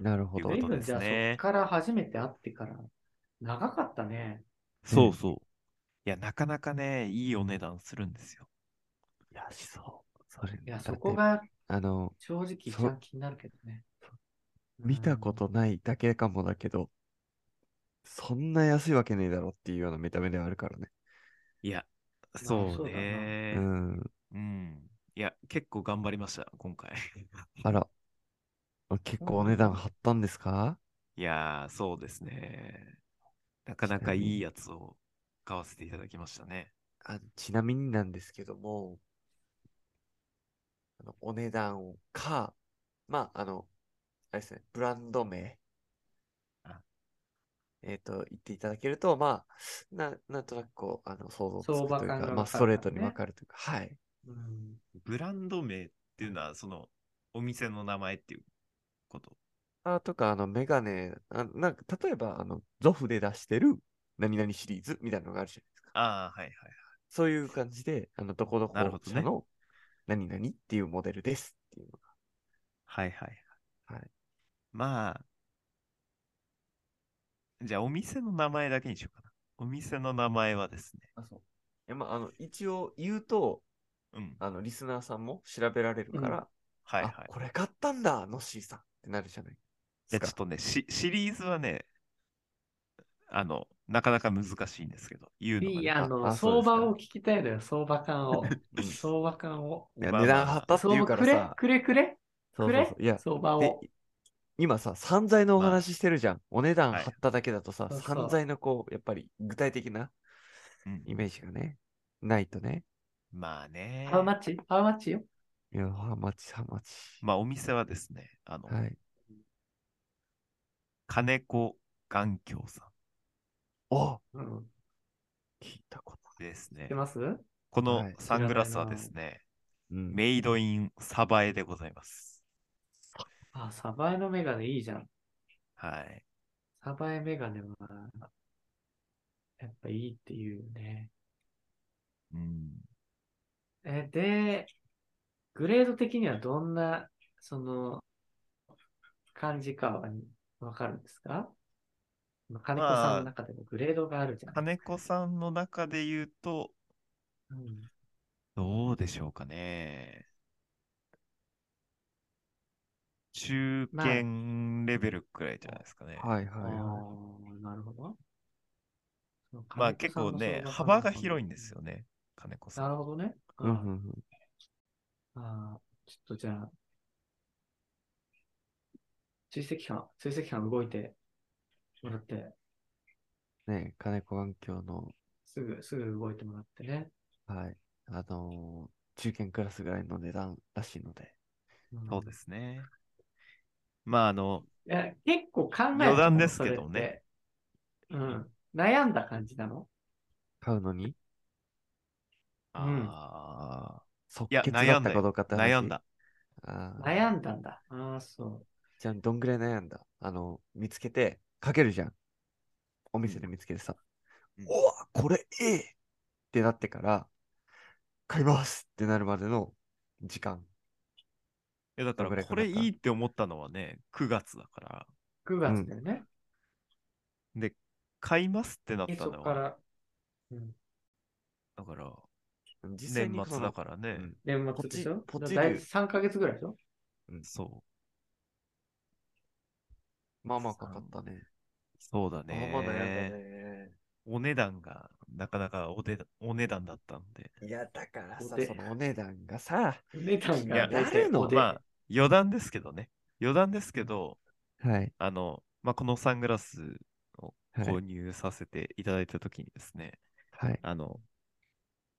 [SPEAKER 2] なるほど
[SPEAKER 1] とい
[SPEAKER 3] 随
[SPEAKER 1] う。こと
[SPEAKER 3] 分
[SPEAKER 1] です
[SPEAKER 3] じゃあそ
[SPEAKER 1] ね
[SPEAKER 3] っから初めて会ってから長かったね。
[SPEAKER 1] そうそう。いや、なかなかね、いいお値段するんですよ。
[SPEAKER 2] いや、しそう。それ
[SPEAKER 3] い
[SPEAKER 2] だ
[SPEAKER 3] や、
[SPEAKER 2] って
[SPEAKER 3] そこが
[SPEAKER 2] あの、
[SPEAKER 3] 正直一番気になるけどね。うん
[SPEAKER 2] 見たことないだけかもだけど、そんな安いわけねえだろっていうような見た目ではあるからね。
[SPEAKER 1] いや、
[SPEAKER 3] あ
[SPEAKER 1] そ
[SPEAKER 3] そううだな
[SPEAKER 1] ね
[SPEAKER 2] う。ん。
[SPEAKER 1] うん。いや、結構頑張りました、今回。
[SPEAKER 2] あら。結構お値段張ったんですか
[SPEAKER 1] いやー、そうですね。なかなかいいやつを買わせていただきましたね。
[SPEAKER 2] あちなみになんですけども、あのお値段か、まあ、あの、あれですね、ブランド名
[SPEAKER 1] あ、
[SPEAKER 2] えっ、と、言っていただけると、まあ、ななんとなくこう、あの、想像つく
[SPEAKER 3] 相場
[SPEAKER 2] という
[SPEAKER 3] 感が
[SPEAKER 2] か、
[SPEAKER 3] わ
[SPEAKER 2] まあ、ス
[SPEAKER 3] か
[SPEAKER 2] ト
[SPEAKER 3] るから
[SPEAKER 2] レ
[SPEAKER 3] ね
[SPEAKER 2] ートにわかるというか、はい。
[SPEAKER 3] うん
[SPEAKER 1] ブランド名っていうのは、その、お店の名前っていうこと。
[SPEAKER 2] あとか、あの、メガネ、あなんか、例えば、あの、ゾフで出してる、何々シリーズみたいなのがあるじゃないですか。
[SPEAKER 1] ああ、はいはいはい。
[SPEAKER 2] そういう感じで、あの、どこどこ
[SPEAKER 1] なるほどね
[SPEAKER 2] 社の、何々っていうモデルですっていうの
[SPEAKER 1] はいはい
[SPEAKER 2] はい。
[SPEAKER 1] まあ、じゃあお店の名前だけにしようかな。お店の名前はですね、
[SPEAKER 2] あ、そう。いや、まあ、あの、一応言うと、
[SPEAKER 1] うん。
[SPEAKER 2] あの、リスナーさんも調べられるから、
[SPEAKER 1] はいはい
[SPEAKER 2] あ、。これ買ったんだ、のっしーさんってなるじゃない
[SPEAKER 1] い
[SPEAKER 2] で
[SPEAKER 1] や、ちょ
[SPEAKER 2] す
[SPEAKER 1] っ
[SPEAKER 2] か。
[SPEAKER 1] とね、シシリーズはね、あの、なかなか難しいんですけど、言うのがね、
[SPEAKER 3] いや、あの、
[SPEAKER 2] あそうで
[SPEAKER 3] 相
[SPEAKER 2] すか
[SPEAKER 3] 場を聞きたいのよ、相場感を。
[SPEAKER 2] うん
[SPEAKER 3] 相場感を。
[SPEAKER 2] いや、
[SPEAKER 1] まあ
[SPEAKER 2] 値段張ったって言うからさ。
[SPEAKER 3] くれくれ
[SPEAKER 2] そうそ
[SPEAKER 3] く
[SPEAKER 2] う
[SPEAKER 3] れ
[SPEAKER 2] そ
[SPEAKER 3] く
[SPEAKER 2] う。
[SPEAKER 3] れ
[SPEAKER 2] いや、
[SPEAKER 3] 相場
[SPEAKER 2] で
[SPEAKER 3] を。、
[SPEAKER 2] 今さ、散財のお話してるじゃん。お値段
[SPEAKER 1] はい
[SPEAKER 2] 張っただけだとさ、
[SPEAKER 3] そうそう
[SPEAKER 2] 散財のこう、やっぱり具体的な
[SPEAKER 1] うん
[SPEAKER 2] イメージがね、ないとね。
[SPEAKER 1] まあね。
[SPEAKER 3] ハウマッチハウマッチよ。
[SPEAKER 2] いや、ハマチ、ハマチ。
[SPEAKER 1] まあお店はですね、あの、
[SPEAKER 2] はい。
[SPEAKER 1] 金子眼鏡さ
[SPEAKER 2] お
[SPEAKER 3] うん。
[SPEAKER 2] 聞いたこと
[SPEAKER 1] んですね
[SPEAKER 3] 出。ます
[SPEAKER 1] この
[SPEAKER 2] はい
[SPEAKER 1] サングラスはですね、
[SPEAKER 2] ない。うん。
[SPEAKER 1] メイドインサバエでございます。
[SPEAKER 3] あ、サバエのメガネいいじゃん。
[SPEAKER 1] はい。
[SPEAKER 3] サバエメガネは、やっぱいいっていうね。
[SPEAKER 1] うん。
[SPEAKER 3] え、で、グレード的にはどんな、その、感じかはわかるんですか金子さんの中でもグレードがあるじゃん。
[SPEAKER 1] 金子さんの中で言うと、
[SPEAKER 3] うん
[SPEAKER 1] どうでしょうかね。中
[SPEAKER 3] まあ
[SPEAKER 1] 堅レベルくらいじゃないですかね。
[SPEAKER 2] はいはいは
[SPEAKER 3] あーなるほど。
[SPEAKER 1] まあ結構ね、幅が広いんですよ
[SPEAKER 3] ね。
[SPEAKER 1] ね、金子さ。
[SPEAKER 3] なんるほどね。
[SPEAKER 2] い。うんうんうん。
[SPEAKER 3] あーちょっとじゃあ、追跡班、追跡班動いてもらって、
[SPEAKER 2] ね、金子環境の、
[SPEAKER 3] すぐ、すぐ動いてもらってね。
[SPEAKER 2] はい。あのー中堅クラスぐらいの値段らしいので。
[SPEAKER 3] ん
[SPEAKER 1] そうですね。まああの、
[SPEAKER 3] いや結構考えたの
[SPEAKER 1] 余談ですけどね。
[SPEAKER 3] それってうん。悩んだ感じなの
[SPEAKER 2] 買うのに、
[SPEAKER 3] うん
[SPEAKER 1] あ
[SPEAKER 2] 即
[SPEAKER 1] いや
[SPEAKER 2] 決だったかどうかっ
[SPEAKER 1] ー
[SPEAKER 2] て話
[SPEAKER 1] 悩んだ。。
[SPEAKER 2] あー
[SPEAKER 3] 悩んだんだ。ああ、そう。
[SPEAKER 2] じゃあ、どんぐらい悩んだあの、見つけて、かけるじゃん。お店で見つけてさ。
[SPEAKER 1] うん
[SPEAKER 2] おわ、これいいってなってから、買いますってなるまでの時間。
[SPEAKER 1] いやだか
[SPEAKER 2] どれぐら
[SPEAKER 1] ら、
[SPEAKER 2] いか
[SPEAKER 1] こ
[SPEAKER 2] な
[SPEAKER 1] れいいって思ったのはね、9月だから。
[SPEAKER 3] 9月だよね。
[SPEAKER 1] で、買いますってなっ
[SPEAKER 3] で
[SPEAKER 1] た
[SPEAKER 3] そ
[SPEAKER 1] の
[SPEAKER 3] こか
[SPEAKER 1] は、
[SPEAKER 3] ら、うん、
[SPEAKER 1] だから、
[SPEAKER 2] 実際に
[SPEAKER 1] 年末だ
[SPEAKER 2] ら
[SPEAKER 1] からね、
[SPEAKER 2] うん
[SPEAKER 3] 年
[SPEAKER 2] こっ
[SPEAKER 3] 末
[SPEAKER 2] ち
[SPEAKER 3] でしょ
[SPEAKER 2] こっち
[SPEAKER 3] だい
[SPEAKER 2] で
[SPEAKER 3] 3ヶ月ぐらいでしょ
[SPEAKER 1] そう、
[SPEAKER 2] まあまあかかったね。
[SPEAKER 1] そうだ
[SPEAKER 2] まあまあ悩んだ
[SPEAKER 1] ね。
[SPEAKER 2] ね。
[SPEAKER 1] お値段が、なかなかおでお値段だったんで。
[SPEAKER 2] いや、だからさ
[SPEAKER 3] お、で
[SPEAKER 2] そのお値段がさ、
[SPEAKER 3] 値段
[SPEAKER 1] い
[SPEAKER 3] が
[SPEAKER 1] や
[SPEAKER 3] 大
[SPEAKER 2] 誰
[SPEAKER 3] 体
[SPEAKER 2] の
[SPEAKER 3] おで
[SPEAKER 1] まあ、余談ですけどね。余談ですけど、
[SPEAKER 2] はい。
[SPEAKER 1] あの、まあ、このサングラス
[SPEAKER 2] はい
[SPEAKER 1] 購入させていただいたときにですね、
[SPEAKER 2] はい。
[SPEAKER 1] あの、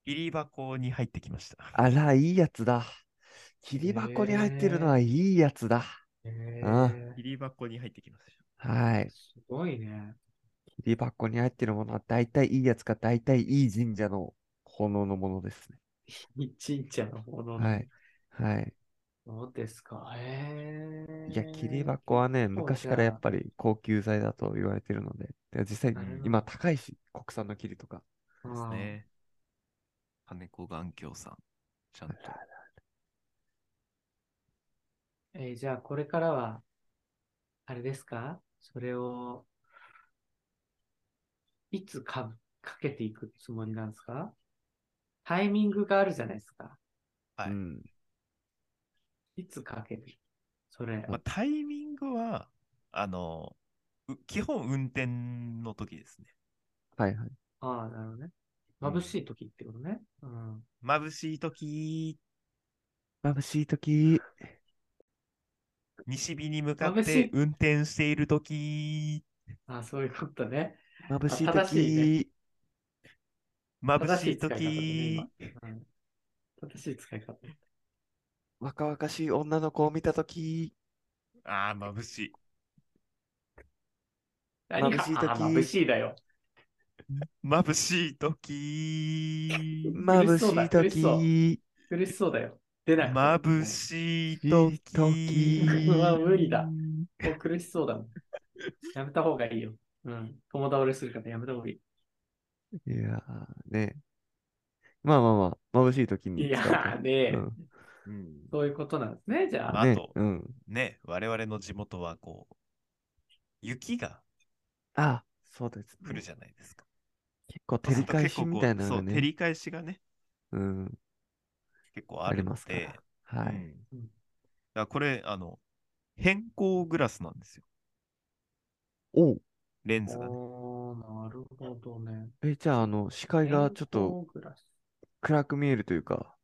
[SPEAKER 1] 入り箱に入ってきました。
[SPEAKER 2] あら、いいやつだ。切り箱に入ってるのはいいやつだ。
[SPEAKER 3] へえ
[SPEAKER 2] う
[SPEAKER 1] 入り箱に入ってきました。
[SPEAKER 2] はい。
[SPEAKER 3] すごいね。
[SPEAKER 2] 切り箱に入ってるものは大体いいやつか大体いい神社の奉納のものですね。
[SPEAKER 3] 一日のもの
[SPEAKER 2] はい。はい。
[SPEAKER 3] そうですか。へえ
[SPEAKER 2] いや、切り箱はね、
[SPEAKER 3] う
[SPEAKER 2] 昔
[SPEAKER 3] じゃあ
[SPEAKER 2] からやっぱり高級材だと言われてるので、で実際
[SPEAKER 3] なるほど
[SPEAKER 2] 今高いし、国産の切りとか。
[SPEAKER 1] ですね。金子眼鏡さん、ちゃ んと。
[SPEAKER 3] うんえーじゃあ、これからは、あれですかそれを、いつかかけていくつもりなんですかタイミングがあるじゃないですか。
[SPEAKER 1] はい
[SPEAKER 2] うん。
[SPEAKER 3] いつかけるそれ。
[SPEAKER 1] まあ、タイミングは、あの、う基本運転の時ですね。
[SPEAKER 2] はいはい。
[SPEAKER 3] ああ、なるほどね。眩しい時ってことね。うん。
[SPEAKER 1] 眩しい時、
[SPEAKER 2] 眩しい時
[SPEAKER 1] 西日に向かっ
[SPEAKER 3] 眩し
[SPEAKER 1] て
[SPEAKER 3] い
[SPEAKER 1] 運転している時、
[SPEAKER 3] ああ、そういうことね。
[SPEAKER 2] 眩しい
[SPEAKER 3] あ正しい
[SPEAKER 2] 時
[SPEAKER 1] 眩しい
[SPEAKER 3] 正しい使
[SPEAKER 1] 時
[SPEAKER 3] い方、だね今うん正しい使い方。
[SPEAKER 2] 若々しい女の子を見た時
[SPEAKER 1] ああ、眩しい。
[SPEAKER 3] 何
[SPEAKER 2] 眩
[SPEAKER 3] が
[SPEAKER 2] しい時
[SPEAKER 3] あー眩しいだよ。
[SPEAKER 1] 眩しい 時、
[SPEAKER 2] 眩し
[SPEAKER 3] そうだ
[SPEAKER 2] い
[SPEAKER 3] 嬉しそう
[SPEAKER 2] 時
[SPEAKER 3] 苦しそうだよ。出ない。
[SPEAKER 1] 眩しい
[SPEAKER 2] 眩しい
[SPEAKER 1] 時。
[SPEAKER 2] 時
[SPEAKER 3] うわ無理だもう苦しそうだもん。やめた方がいいよ。うん。友倒れするからやめた方がいい。
[SPEAKER 2] いやーね。まあまあまあ、眩しい時に
[SPEAKER 3] いや
[SPEAKER 2] 使うと。
[SPEAKER 3] ーねえ、
[SPEAKER 2] うん
[SPEAKER 1] うん
[SPEAKER 3] そういうことなんですね、じゃあ。
[SPEAKER 1] あ
[SPEAKER 2] ね
[SPEAKER 1] と
[SPEAKER 2] うん。
[SPEAKER 1] ね、我々の地元はこう、雪が
[SPEAKER 2] あ、そうです
[SPEAKER 1] 降る
[SPEAKER 2] ね。
[SPEAKER 1] じゃないですか。
[SPEAKER 2] 結構照り返しみたいな
[SPEAKER 1] そうすると結構こう
[SPEAKER 2] のが
[SPEAKER 1] そう、照
[SPEAKER 2] ね。
[SPEAKER 1] り返しがね、
[SPEAKER 2] うん。
[SPEAKER 1] 結構あるの
[SPEAKER 2] ますか
[SPEAKER 1] で
[SPEAKER 2] ら。、は
[SPEAKER 1] う
[SPEAKER 2] い。
[SPEAKER 1] んだからこれ、あの、変光グラスなんですよ。
[SPEAKER 4] おう。
[SPEAKER 1] レンズがね。
[SPEAKER 3] おーなるほどね。
[SPEAKER 2] え、じゃあ、あの、視界がちょっと
[SPEAKER 3] 健康グラス。
[SPEAKER 2] 暗く見えるというか、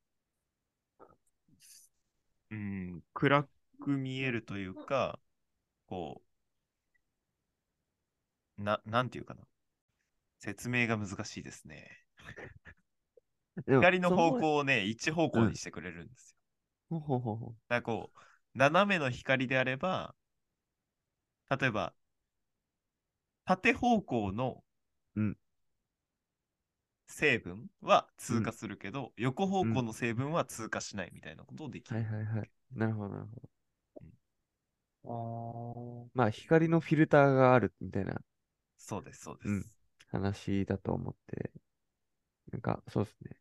[SPEAKER 1] うん、暗く見えるというか、こう、な、なんていうかな。説明が難しいですね。
[SPEAKER 2] でも
[SPEAKER 1] 光の方。
[SPEAKER 2] そ
[SPEAKER 1] 向をね、一方向にしてくれるんですよ。
[SPEAKER 2] ほうほうほうほう
[SPEAKER 1] なんかこう、斜めの光であれば、例えば、縦方向の
[SPEAKER 2] うん
[SPEAKER 1] 成分は通過するけど、横方向の成分は通過しないみたいなことをでき
[SPEAKER 2] はい
[SPEAKER 1] る。
[SPEAKER 2] はいはい。なるほど、なるほど。
[SPEAKER 3] あー
[SPEAKER 2] まあ、光のフィルターがあるみたいな
[SPEAKER 1] そうです、そうで
[SPEAKER 2] うん
[SPEAKER 1] す。
[SPEAKER 2] 話だと思って、なんか、そうですね。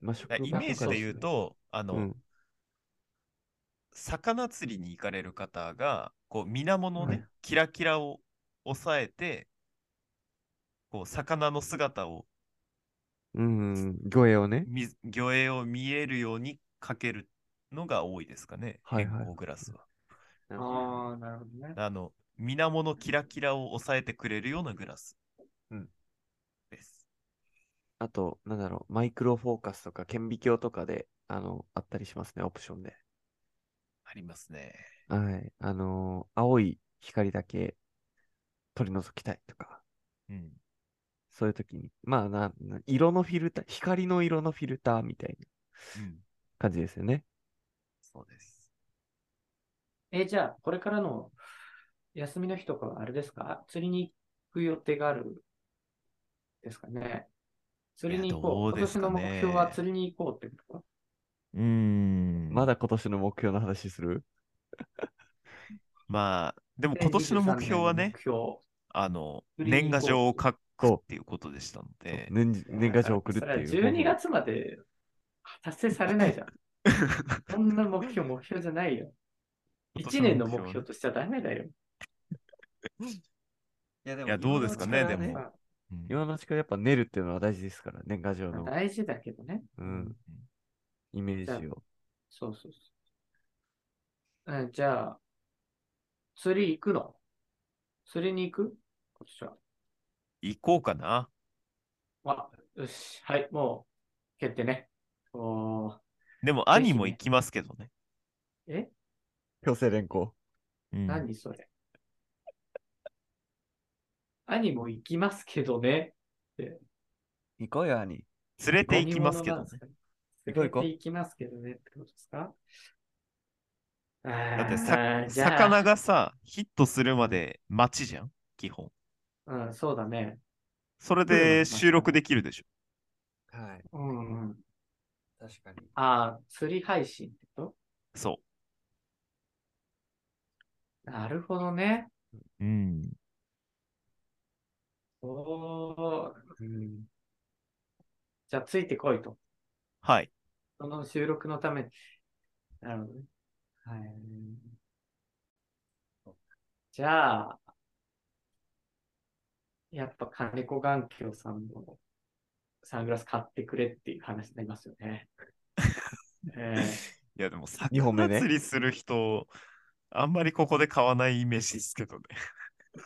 [SPEAKER 2] まあ、職
[SPEAKER 1] だからイ
[SPEAKER 2] 場
[SPEAKER 1] メージ
[SPEAKER 2] とか
[SPEAKER 1] で
[SPEAKER 2] っす
[SPEAKER 1] 言う
[SPEAKER 2] ね、
[SPEAKER 1] と、あの、
[SPEAKER 2] うん、
[SPEAKER 1] 魚釣りに行かれる方が、こう、水面のね、
[SPEAKER 2] はい
[SPEAKER 1] キラキラを抑えて、こう、魚の姿を
[SPEAKER 2] うんうん、魚影をね。
[SPEAKER 1] み魚影を見えるようにかけるのが多いですかね、
[SPEAKER 2] はいはい
[SPEAKER 1] 偏光グラスは。
[SPEAKER 2] なるほど
[SPEAKER 3] あー、なるほどね。
[SPEAKER 1] あの、水面のキラキラを抑えてくれるようなグラス。
[SPEAKER 2] うん
[SPEAKER 1] です。
[SPEAKER 2] あと、なんだろう、マイクロフォーカスとか顕微鏡とかで、あの、あったりしますね、オプションで。
[SPEAKER 1] ありますね。
[SPEAKER 2] はい。あのー青い光だけ取り除きたいとか、
[SPEAKER 1] うん。
[SPEAKER 2] そういう時に、まあな、な色のフィルター、光の色のフィルターみたいな
[SPEAKER 1] うん。
[SPEAKER 2] 感じですよね。
[SPEAKER 1] そうです。
[SPEAKER 3] え、じゃあ、これからの休みの日とかはあれですか釣りに行く予定があるですかね釣りに行こ
[SPEAKER 1] い
[SPEAKER 3] う。
[SPEAKER 1] やどうですかね
[SPEAKER 3] 今年の目標は釣りに行こうってこと
[SPEAKER 1] うーん
[SPEAKER 2] ま
[SPEAKER 1] まだ、
[SPEAKER 2] だ今年の目標の話する
[SPEAKER 1] まあ、でも今年の目標はね
[SPEAKER 3] 目、標。
[SPEAKER 1] あの、
[SPEAKER 3] 釣り
[SPEAKER 1] 年
[SPEAKER 3] に行こう
[SPEAKER 1] 賀状を書く
[SPEAKER 2] そう
[SPEAKER 1] っていうことでしたので、
[SPEAKER 2] 年、年賀状送るっていう。
[SPEAKER 3] それは12月まで達成されないじゃん。そんな目標、目標じゃないよ。1年の目標としてはダメだよ。
[SPEAKER 2] いや、で
[SPEAKER 1] いやどうですかね
[SPEAKER 2] 今のうち
[SPEAKER 1] で
[SPEAKER 2] ら
[SPEAKER 1] も うん
[SPEAKER 2] 今のうちからやっぱ練るっていうのは大事ですから、年賀状
[SPEAKER 3] まあ
[SPEAKER 2] の、
[SPEAKER 3] 大事だけどね。
[SPEAKER 2] う
[SPEAKER 1] うん
[SPEAKER 2] ん、イメージを。
[SPEAKER 3] そうそうそう。うん、じゃあ、釣り行くの釣りに行く今年は。
[SPEAKER 1] 行こうかな。
[SPEAKER 3] あ、よし。はい、もう、決定ね。おー
[SPEAKER 1] でも、兄も行きますけどね。
[SPEAKER 3] え
[SPEAKER 2] 強制連行。
[SPEAKER 1] うん
[SPEAKER 3] 何それ。兄も行きますけどね。
[SPEAKER 2] 行こうよ、兄。
[SPEAKER 1] 連れて行きますけど
[SPEAKER 3] 何者なん
[SPEAKER 1] ね
[SPEAKER 3] で。
[SPEAKER 2] 行
[SPEAKER 3] すかね。
[SPEAKER 2] こう行こう
[SPEAKER 3] 連れて行きますけどねってことですか
[SPEAKER 1] だ
[SPEAKER 3] だ
[SPEAKER 1] ってさ
[SPEAKER 3] じゃあ
[SPEAKER 1] 魚がさ、ヒットするまで待ちじゃん、基本。
[SPEAKER 3] うん、そうだね。
[SPEAKER 1] それ
[SPEAKER 3] う
[SPEAKER 1] で
[SPEAKER 3] ん
[SPEAKER 1] 収録できるでしょ。
[SPEAKER 2] はい、
[SPEAKER 3] うんうん。
[SPEAKER 2] 確かに。
[SPEAKER 3] ああ、釣り配信ってこ
[SPEAKER 1] そ
[SPEAKER 3] となるほどね。
[SPEAKER 1] う。うん。
[SPEAKER 3] おー、うん。じゃあ、ついてこいと。
[SPEAKER 1] はい。
[SPEAKER 3] その収録のために。なるほどね。はい。じゃあ、やっぱ金子眼鏡さんのサングラス買ってくれっていう話になりますよね。え
[SPEAKER 1] いや、でも、
[SPEAKER 2] 二本目
[SPEAKER 1] 魚
[SPEAKER 2] ね
[SPEAKER 1] 釣りする人、あんまりここで買わないイメージですけどね。。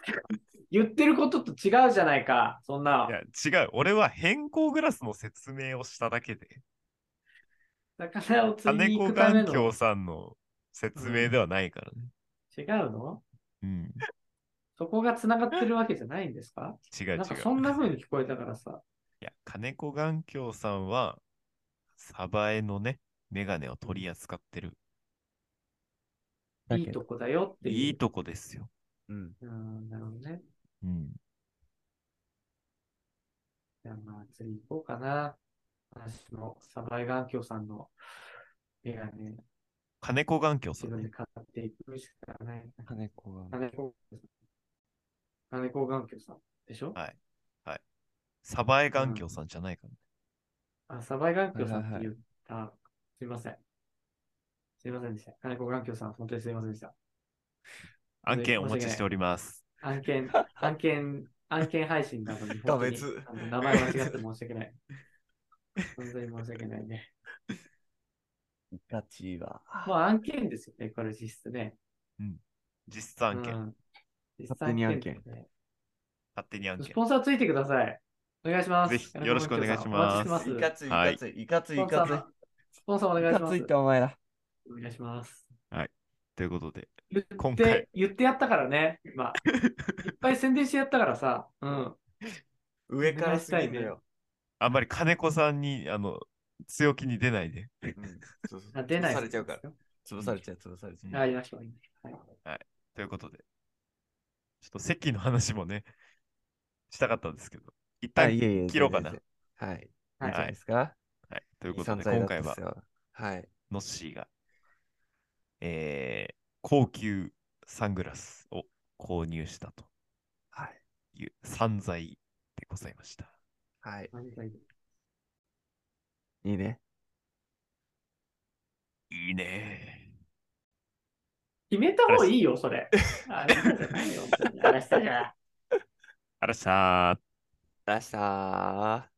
[SPEAKER 3] え言ってることと違うじゃないか、そんない
[SPEAKER 1] や、違う。俺は変更グラスの説明をしただけで、
[SPEAKER 3] 魚を釣
[SPEAKER 1] 金
[SPEAKER 3] りに行
[SPEAKER 1] 子
[SPEAKER 3] くため
[SPEAKER 1] 眼
[SPEAKER 3] の。
[SPEAKER 1] 鏡さんの説明ではないからね。
[SPEAKER 3] 違うの
[SPEAKER 1] うん。
[SPEAKER 3] そこが繋がってるわけじゃないんですか
[SPEAKER 1] 違う違
[SPEAKER 3] な。
[SPEAKER 1] うん
[SPEAKER 3] かそんな風に聞こえたからさ。
[SPEAKER 1] いや、金子眼鏡さんは、サバエのね、メガネを取り扱ってる。
[SPEAKER 2] だ
[SPEAKER 3] い
[SPEAKER 2] け
[SPEAKER 3] い
[SPEAKER 2] ど
[SPEAKER 3] とこだよっていう。
[SPEAKER 1] いいとこですよ。
[SPEAKER 2] うん。
[SPEAKER 3] うん、なるほどね。
[SPEAKER 1] うん。
[SPEAKER 3] じゃあまあ、次行こうかな。私のサバイガンキョさんの絵がね、
[SPEAKER 1] 金子眼鏡さ
[SPEAKER 3] 自
[SPEAKER 1] ん
[SPEAKER 3] 分
[SPEAKER 1] ね
[SPEAKER 3] で。買っていくしかない。
[SPEAKER 2] 金子が。
[SPEAKER 3] 金子、金子眼鏡さんでしょ
[SPEAKER 1] はいサバエ眼鏡さんじゃないからね。
[SPEAKER 3] あ、サバイガンキョさんっ
[SPEAKER 2] はい
[SPEAKER 3] て
[SPEAKER 2] はい
[SPEAKER 3] 言った。すいません。すいませんでした。金子眼鏡さん、本当にすいませんでした。
[SPEAKER 1] 案件お待ちしております。
[SPEAKER 3] 案件、 案件、案件配信な のに、
[SPEAKER 2] が
[SPEAKER 3] 本当に
[SPEAKER 2] 別
[SPEAKER 3] あの名前間違って申し訳ない。本当に申し訳ないね。
[SPEAKER 2] ガチは。
[SPEAKER 3] まあ案件ですよね、これ実質ね。
[SPEAKER 1] 実質案件、
[SPEAKER 3] うん実
[SPEAKER 2] 勝手に案件
[SPEAKER 3] 質ですね
[SPEAKER 1] 勝手に案
[SPEAKER 3] ス
[SPEAKER 1] 件。
[SPEAKER 3] ポンサーついてください。お願いします。
[SPEAKER 1] ぜひよろしくお願いします
[SPEAKER 3] お待ちして
[SPEAKER 2] い
[SPEAKER 3] ま
[SPEAKER 2] か
[SPEAKER 3] す。
[SPEAKER 2] つい、いかつい、いかつい、いかつい。
[SPEAKER 3] スポンサーお願いしま
[SPEAKER 2] つ
[SPEAKER 3] す
[SPEAKER 2] いって。お前ら。
[SPEAKER 3] お願いします。
[SPEAKER 1] ということで、
[SPEAKER 3] 言っ
[SPEAKER 1] 今回
[SPEAKER 3] て、言ってやったからね、今。いっぱい宣伝してやったからさ。うん。
[SPEAKER 2] 上からすぎんだよ。
[SPEAKER 1] あんまり金子さんに、あの、強気に出ないで。
[SPEAKER 2] うんそうそう
[SPEAKER 3] あ出ない
[SPEAKER 2] 潰さ
[SPEAKER 3] です
[SPEAKER 2] れちゃうから。潰されちゃう、潰されちゃう。
[SPEAKER 1] うん
[SPEAKER 3] あ、言いましょう。言いましょうはい
[SPEAKER 1] ということで、ちょっと席の話もね、したかったんですけど、一
[SPEAKER 2] あ
[SPEAKER 1] 旦
[SPEAKER 2] いえいえ
[SPEAKER 1] 切ろうかな。
[SPEAKER 2] 全然はい。
[SPEAKER 3] はい
[SPEAKER 2] いいんじゃないですか。
[SPEAKER 1] はい、という
[SPEAKER 2] いい
[SPEAKER 1] ことで、
[SPEAKER 2] 散財だ
[SPEAKER 1] 今
[SPEAKER 2] った
[SPEAKER 1] 回
[SPEAKER 2] っ
[SPEAKER 1] は
[SPEAKER 2] す、よ。はい。
[SPEAKER 1] ノッシーが、えー、高級サングラスを購入したと
[SPEAKER 2] はい。
[SPEAKER 1] いう散財でございました。
[SPEAKER 2] はい。
[SPEAKER 3] 何がいい
[SPEAKER 2] いいね。
[SPEAKER 1] いいね
[SPEAKER 3] 決めた方がいいよ、それ。あれじゃないよ。話したじゃん。
[SPEAKER 1] あらっしゃー。
[SPEAKER 2] 出したー。